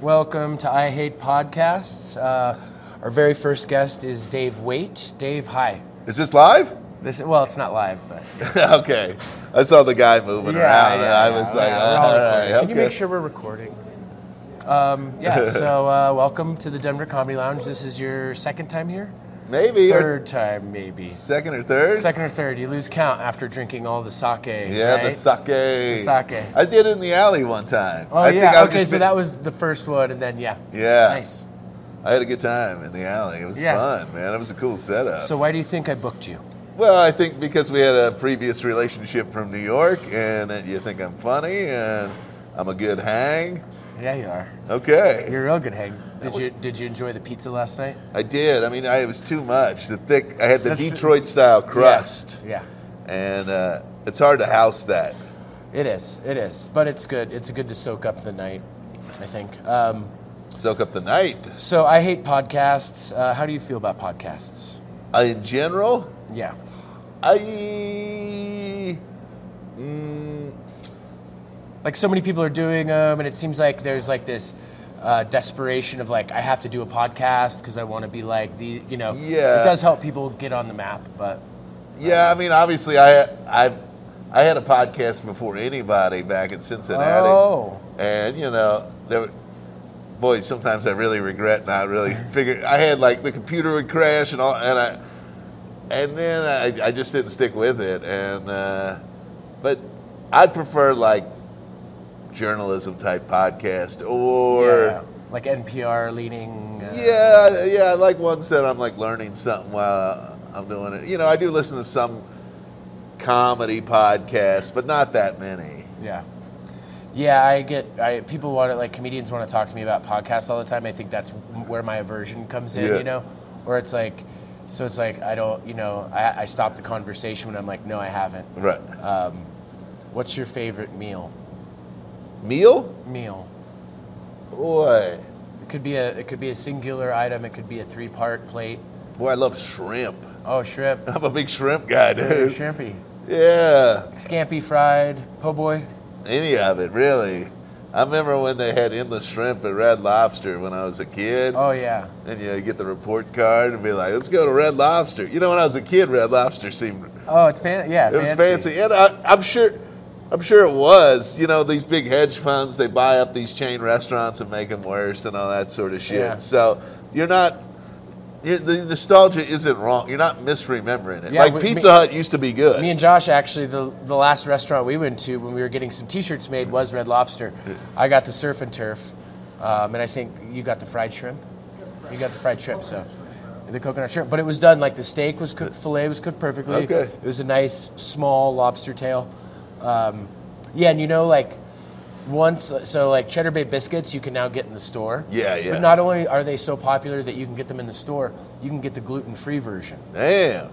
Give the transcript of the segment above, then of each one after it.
Welcome to I Hate Podcasts. Uh, our very first guest is Dave Waite. Dave, hi. Is this live? This well, it's not live, but okay. I saw the guy moving around. and I was like, yeah, we're all all right, recording. Can you okay. make sure we're recording? Um, yeah. so uh, welcome to the Denver Comedy Lounge. This is your second time here. Maybe or Third time, maybe. second or third. Second or third. You lose count after drinking all the sake. yeah, the right? sake. sake. I did it in the alley one time. Oh I yeah. Think I okay, just so been- that was the first one, and then yeah. Yeah. Nice. I had a good time in the alley. It was Yeah. fun, man. It was a cool setup. So why do you think I booked you? well, I think because we had a previous relationship from New York, and that you think I'm funny and I'm a good hang. Yeah, you are. Okay. You're a real good hang. Did you did you enjoy the pizza last night? I did. I mean, I, it was too much. The thick. I had the That's true. Detroit style crust, Yeah. and uh, it's hard to house that. It is. It is. But it's good. It's good to soak up the night, I think. Um, Soak up the night. so I hate podcasts. Uh, how do you feel about podcasts? I, in general, Yeah. I. Mm, Like so many people are doing them, and it seems like there's like this uh, desperation of like I have to do a podcast because I want to be like the you know. Yeah. It does help people get on the map, but yeah, I mean, obviously, I I I had a podcast before anybody back in Cincinnati, oh, and you know, there, were- boy, sometimes I really regret not really figuring. I had like the computer would crash and all, and I and then I, I just didn't stick with it, and uh, but I'd prefer like journalism type podcast or. yeah. like NPR leading. uh, Yeah, yeah. I like ones that I'm like learning something while I'm doing it. You know, I do listen to some comedy podcasts, but not that many. Yeah. Yeah, I get I people want to like comedians want to talk to me about podcasts all the time. I think that's where my aversion comes in, Yeah. you know, where it's like, so it's like I don't, you know, I, I stop the conversation when I'm like, no, I haven't. Right. Um, what's your favorite meal? Meal? Meal. Boy, It could be a it could be a singular item. It could be a three part plate. boy, I love shrimp. Oh, shrimp. I'm a big shrimp guy, Ooh, dude. Shrimpy. Yeah, Scampi fried. Po' boy. any of it really. I remember when they had endless shrimp at Red Lobster when I was a kid. Oh yeah. And you get the report card and be like, let's go to Red Lobster. You know, when I was a kid, Red Lobster seemed Oh, it's fan- yeah. It was fancy, and I, I'm sure, I'm sure it was. You know, these big hedge funds they buy up these chain restaurants and make them worse and all that sort of shit. Yeah. So you're not. You're, the nostalgia isn't wrong. You're not misremembering it. Yeah, like we- Pizza me- Hut used to be good. Me and Josh actually the the last restaurant we went to when we were getting some T-shirts made was Red Lobster. I got the surf and turf, um, and I think you got the fried shrimp. You got the fried shrimp, so the coconut shrimp. But it was done like the steak was cooked, fillet was cooked perfectly. Okay. It was a nice small lobster tail. Um, yeah, and you know like once so like Cheddar Bay biscuits you can now get in the store. Yeah, yeah. But not only are they so popular that you can get them in the store, you can get the gluten free version. Damn.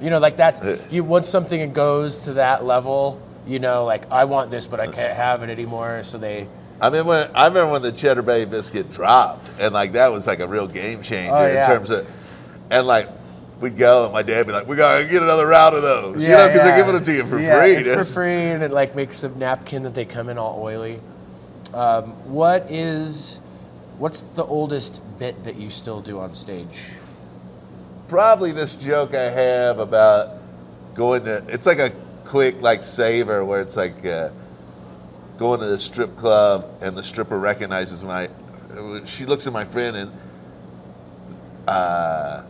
You know, like that's Yeah. you once something goes to that level, you know, like I want this, but I can't have it anymore. So they, I mean, when I remember when the Cheddar Bay biscuit dropped, and like that was like a real game changer Oh, in yeah. terms of, and like we'd go, and my dad would be like, "We gotta get another route of those," you Yeah, know, because yeah. they're giving it to you for Yeah, free. It's for That's- free, and it like makes a napkin that they come in all oily. Um, what is, what's the oldest bit that you still do on stage? probably this joke I have about going to. It's like a quick like saver where it's like uh, going to the strip club and the stripper recognizes my. She looks at my friend and. Uh,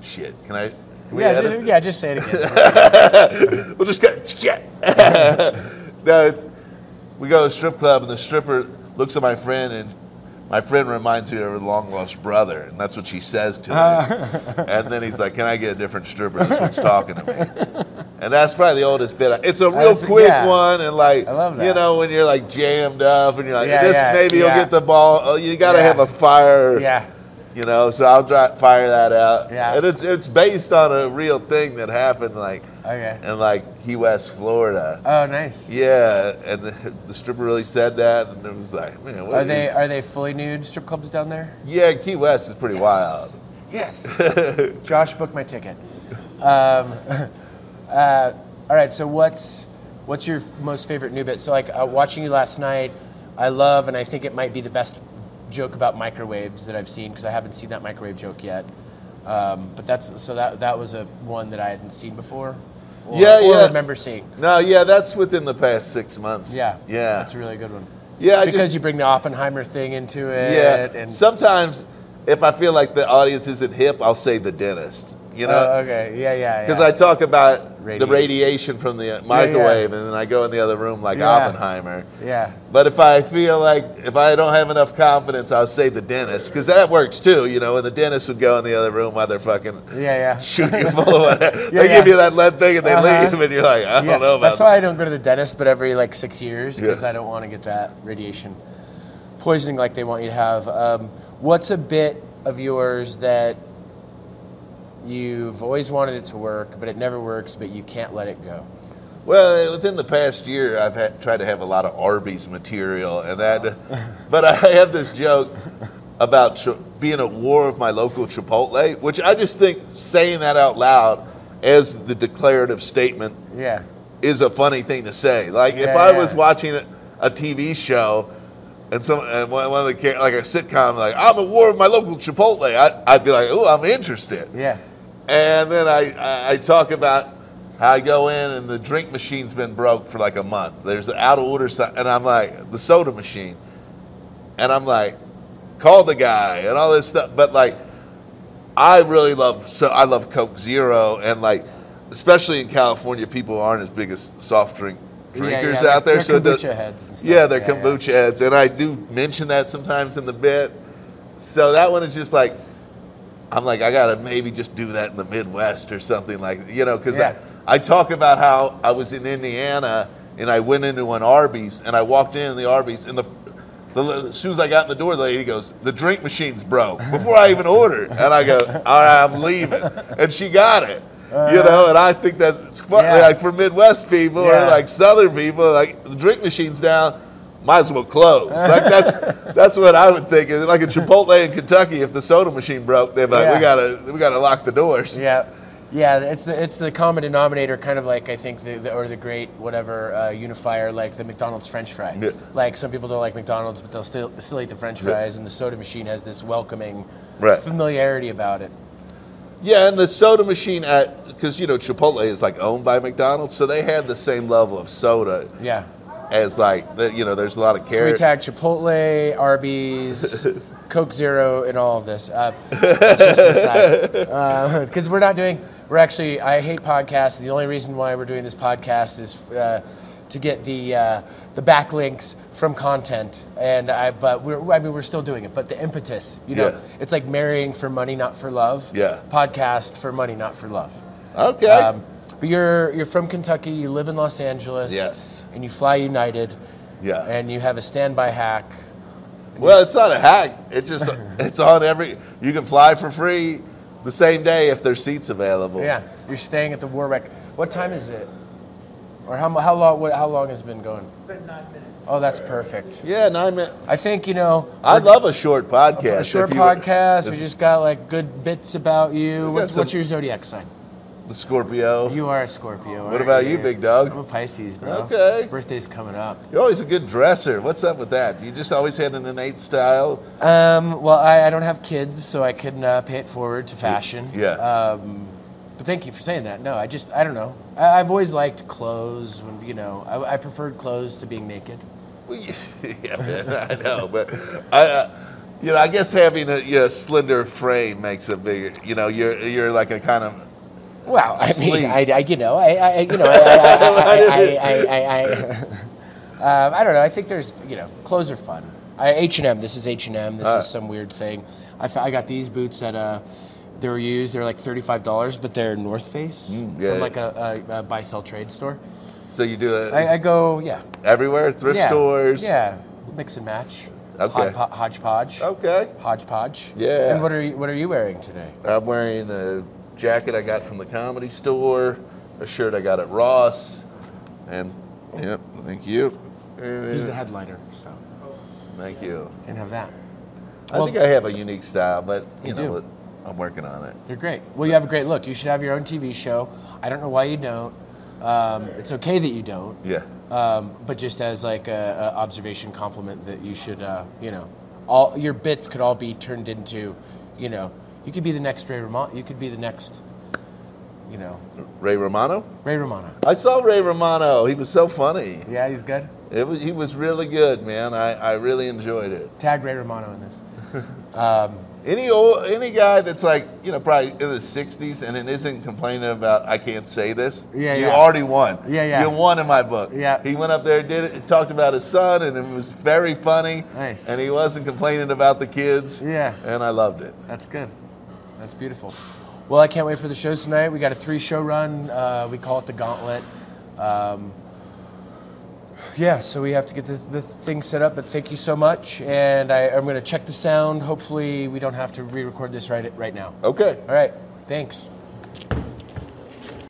shit. Can I? Can yeah, edit just, yeah, just say it again. we'll just go shit. no, it- we go to a strip club and the stripper looks at my friend and my friend reminds me of her long lost brother and that's what she says to him. and then he's like, "Can I get a different stripper? This one's talking to me." And that's probably the oldest bit. It's a real That's- quick yeah. one, and like I love you that. know when you're like jammed up, and you're like, Yeah, "This yeah, maybe yeah. you'll get the ball." Oh, you got to Yeah. have a fire. yeah, You know, so I'll dry, fire that out. Yeah. And it's it's based on a real thing that happened like okay. in like Key West, Florida. Oh, nice. Yeah, and the, the stripper really said that and it was like, man, what Are is they this? are they fully nude strip clubs down there? Yeah, Key West is pretty wild. Yes. Josh booked my ticket. Um, uh, all right. So what's what's your most favorite new bit? So like uh, watching you last night, I love, and I think it might be the best joke about microwaves that I've seen because I haven't seen that microwave joke yet. Um, but that's so that that was a one that I hadn't seen before. Or, Yeah, or yeah. Remember seeing. No, yeah, that's within the past six months. Yeah, yeah, That's a really good one. yeah. I because just- you bring the Oppenheimer thing into it. yeah. and Sometimes, if I feel like the audience isn't hip, I'll say the dentist. You know, Oh, okay, yeah, yeah, Because yeah. I talk about the Radiation. radiation from the microwave, and then I go in the other room like Yeah. Oppenheimer. yeah. But if I feel like if I don't have enough confidence, I'll say the dentist because that works too. You know, and the dentist would go in the other room while they're fucking Yeah, yeah. shoot you full of whatever. Yeah, they give yeah. you that lead thing and they Uh-huh. leave, and you're like, I Yeah, don't know about that's why I don't go to the dentist, but every like six years because Yeah. I don't want to get that radiation poisoning like they want you to have. Um, what's a bit of yours that you've always wanted it to work, but it never works, but you can't let it go? Well, within the past year, I've had, tried to have a lot of Arby's material, and that. but I have this joke about ch- being at war with my local Chipotle, which I just think saying that out loud as the declarative statement Yeah, is a funny thing to say. Like if Yeah, I yeah. was watching a, a TV show and some and one one of the cha- like a sitcom, like I'm at war with my local Chipotle, I, I'd be like, oh, I'm interested. yeah, And then I, I, I talk about how I go in and the drink machine's been broke for like a month. There's an out of order sign, and I'm like, the soda machine. And I'm like, call the guy and all this stuff. But like, I really love, so I love Coke Zero. And like, especially in California, people aren't as big as soft drink drinkers yeah, out there. they're so it does- kombucha heads and stuff. Yeah, they're Yeah, yeah. kombucha heads. And I do mention that sometimes in the bit. So that one is just like, I'm like, I gotta maybe just do that in the Midwest or something like, you know, because Yeah. I, I talk about how I was in Indiana and I went into an Arby's and I walked in the Arby's and the, the as soon as I got in the door, the lady goes, the drink machine's broke before I even ordered, and I go, all right, I'm leaving, and she got it. You know, and I think that's funny. Uh-huh. Yeah. Like for Midwest people or Yeah. like Southern people, like the drink machine's down, might as well close. Like that's that's what I would think. Like a Chipotle in Kentucky, if the soda machine broke, they'd be like, Yeah. we gotta we gotta lock the doors. Yeah, yeah. It's the it's the common denominator, kind of like I think the, the or the great whatever uh, unifier, like the McDonald's French fry. Yeah. Like some people don't like McDonald's, but they'll still still eat the French fries, and the soda machine has this welcoming Right. familiarity about it. Yeah, and the soda machine at because you know Chipotle is like owned by McDonald's, so they had the same level of soda Yeah. as like the, you know. There's a lot of So we carrot. tag Chipotle, Arby's, Coke Zero, and all of this. Because Uh, we're not doing, we're actually, I hate podcasts. The only reason why we're doing this podcast is uh, to get the uh, the backlinks from content. And I, but we're, I mean, we're still doing it. But the impetus, you know, Yeah. it's like marrying for money, not for love. Yeah. Podcast for money, not for love. okay. Um, but you're you're from Kentucky. You live in Los Angeles. Yes. And you fly United. Yeah. And you have a standby hack. Well, it's not a hack. It just it's on every. You can fly for free the same day if there's seats available. Yeah. You're staying at the Warwick. What time is it? Or how mu- how long what, how long has it been going? Been nine minutes. Oh, that's perfect. Yeah, nine minutes. I think you know. I love a short podcast. a short if you would- podcast. We It's just got like good bits about you. What's, some- what's your zodiac sign? the Scorpio. You are a Scorpio. What aren't about you, big dog? I'm a Pisces, bro. Okay. Birthday's coming up. You're always a good dresser. What's up with that? You just always had an innate style. Um, well, I, I don't have kids, so I couldn't uh, pay it forward to fashion. Yeah. Um, but thank you for saying that. No, I just I don't know. I, I've always liked clothes. When you know, I, I preferred clothes to being naked. Well, you- yeah, man, I know, but I, uh, you know, I guess having a you know, slender frame makes a big. You know, you're you're like a kind of. Well, I mean, Sleep. I, I you know, I, I you know, I I I I, I, I, I, I, um, I don't know. I think there's you know, clothes are fun. H and M. This is H and M. This Uh. is some weird thing. I, fo- I got these boots at uh, they were used. They're like thirty five dollars, but they're North Face Mm, yeah. from like a, a, a buy sell trade store. So you do it I, I go, yeah. everywhere, thrift yeah. stores. Yeah, mix and match. Okay. Hodpo- hodgepodge. Okay. Hodgepodge. Yeah. And what are you What are you wearing today? I'm wearing a jacket I got from the comedy store, a shirt I got at Ross, and yep, thank you. He's the Uh, headliner, so Thank you. can't have that. I Well- think I have a unique style, but you, You know do. what? I'm working on it. You're great. Well, you have a great look. You should have your own TV show. I don't know why you don't. Um, it's okay that you don't. Yeah. um, but just as like a, a observation compliment that you should, uh, you know, all your bits could all be turned into, you know, you could be the next Ray Romano. You could be the next, you know, Ray Romano. Ray Romano. I saw Ray Romano. He was so funny. Yeah, he's good. It was, he was really good, man. I, I really enjoyed it. Tag Ray Romano in this. Any old, any guy that's like you know probably in the '60s and then isn't complaining about I can't say this. Yeah, you yeah. already won. Yeah, yeah. You won in my book. Yeah. He went up there, did it, talked about his son, and it was very funny. Nice. And he wasn't complaining about the kids. Yeah. And I loved it. That's good. That's beautiful. Well, I can't wait for the shows tonight. We got a three show run. Uh, we call it the Gauntlet. Um, yeah, so we have to get this, this thing set up, but thank you so much. And I, I'm going to check the sound. Hopefully, we don't have to re record this right, right now. Okay. All right, thanks.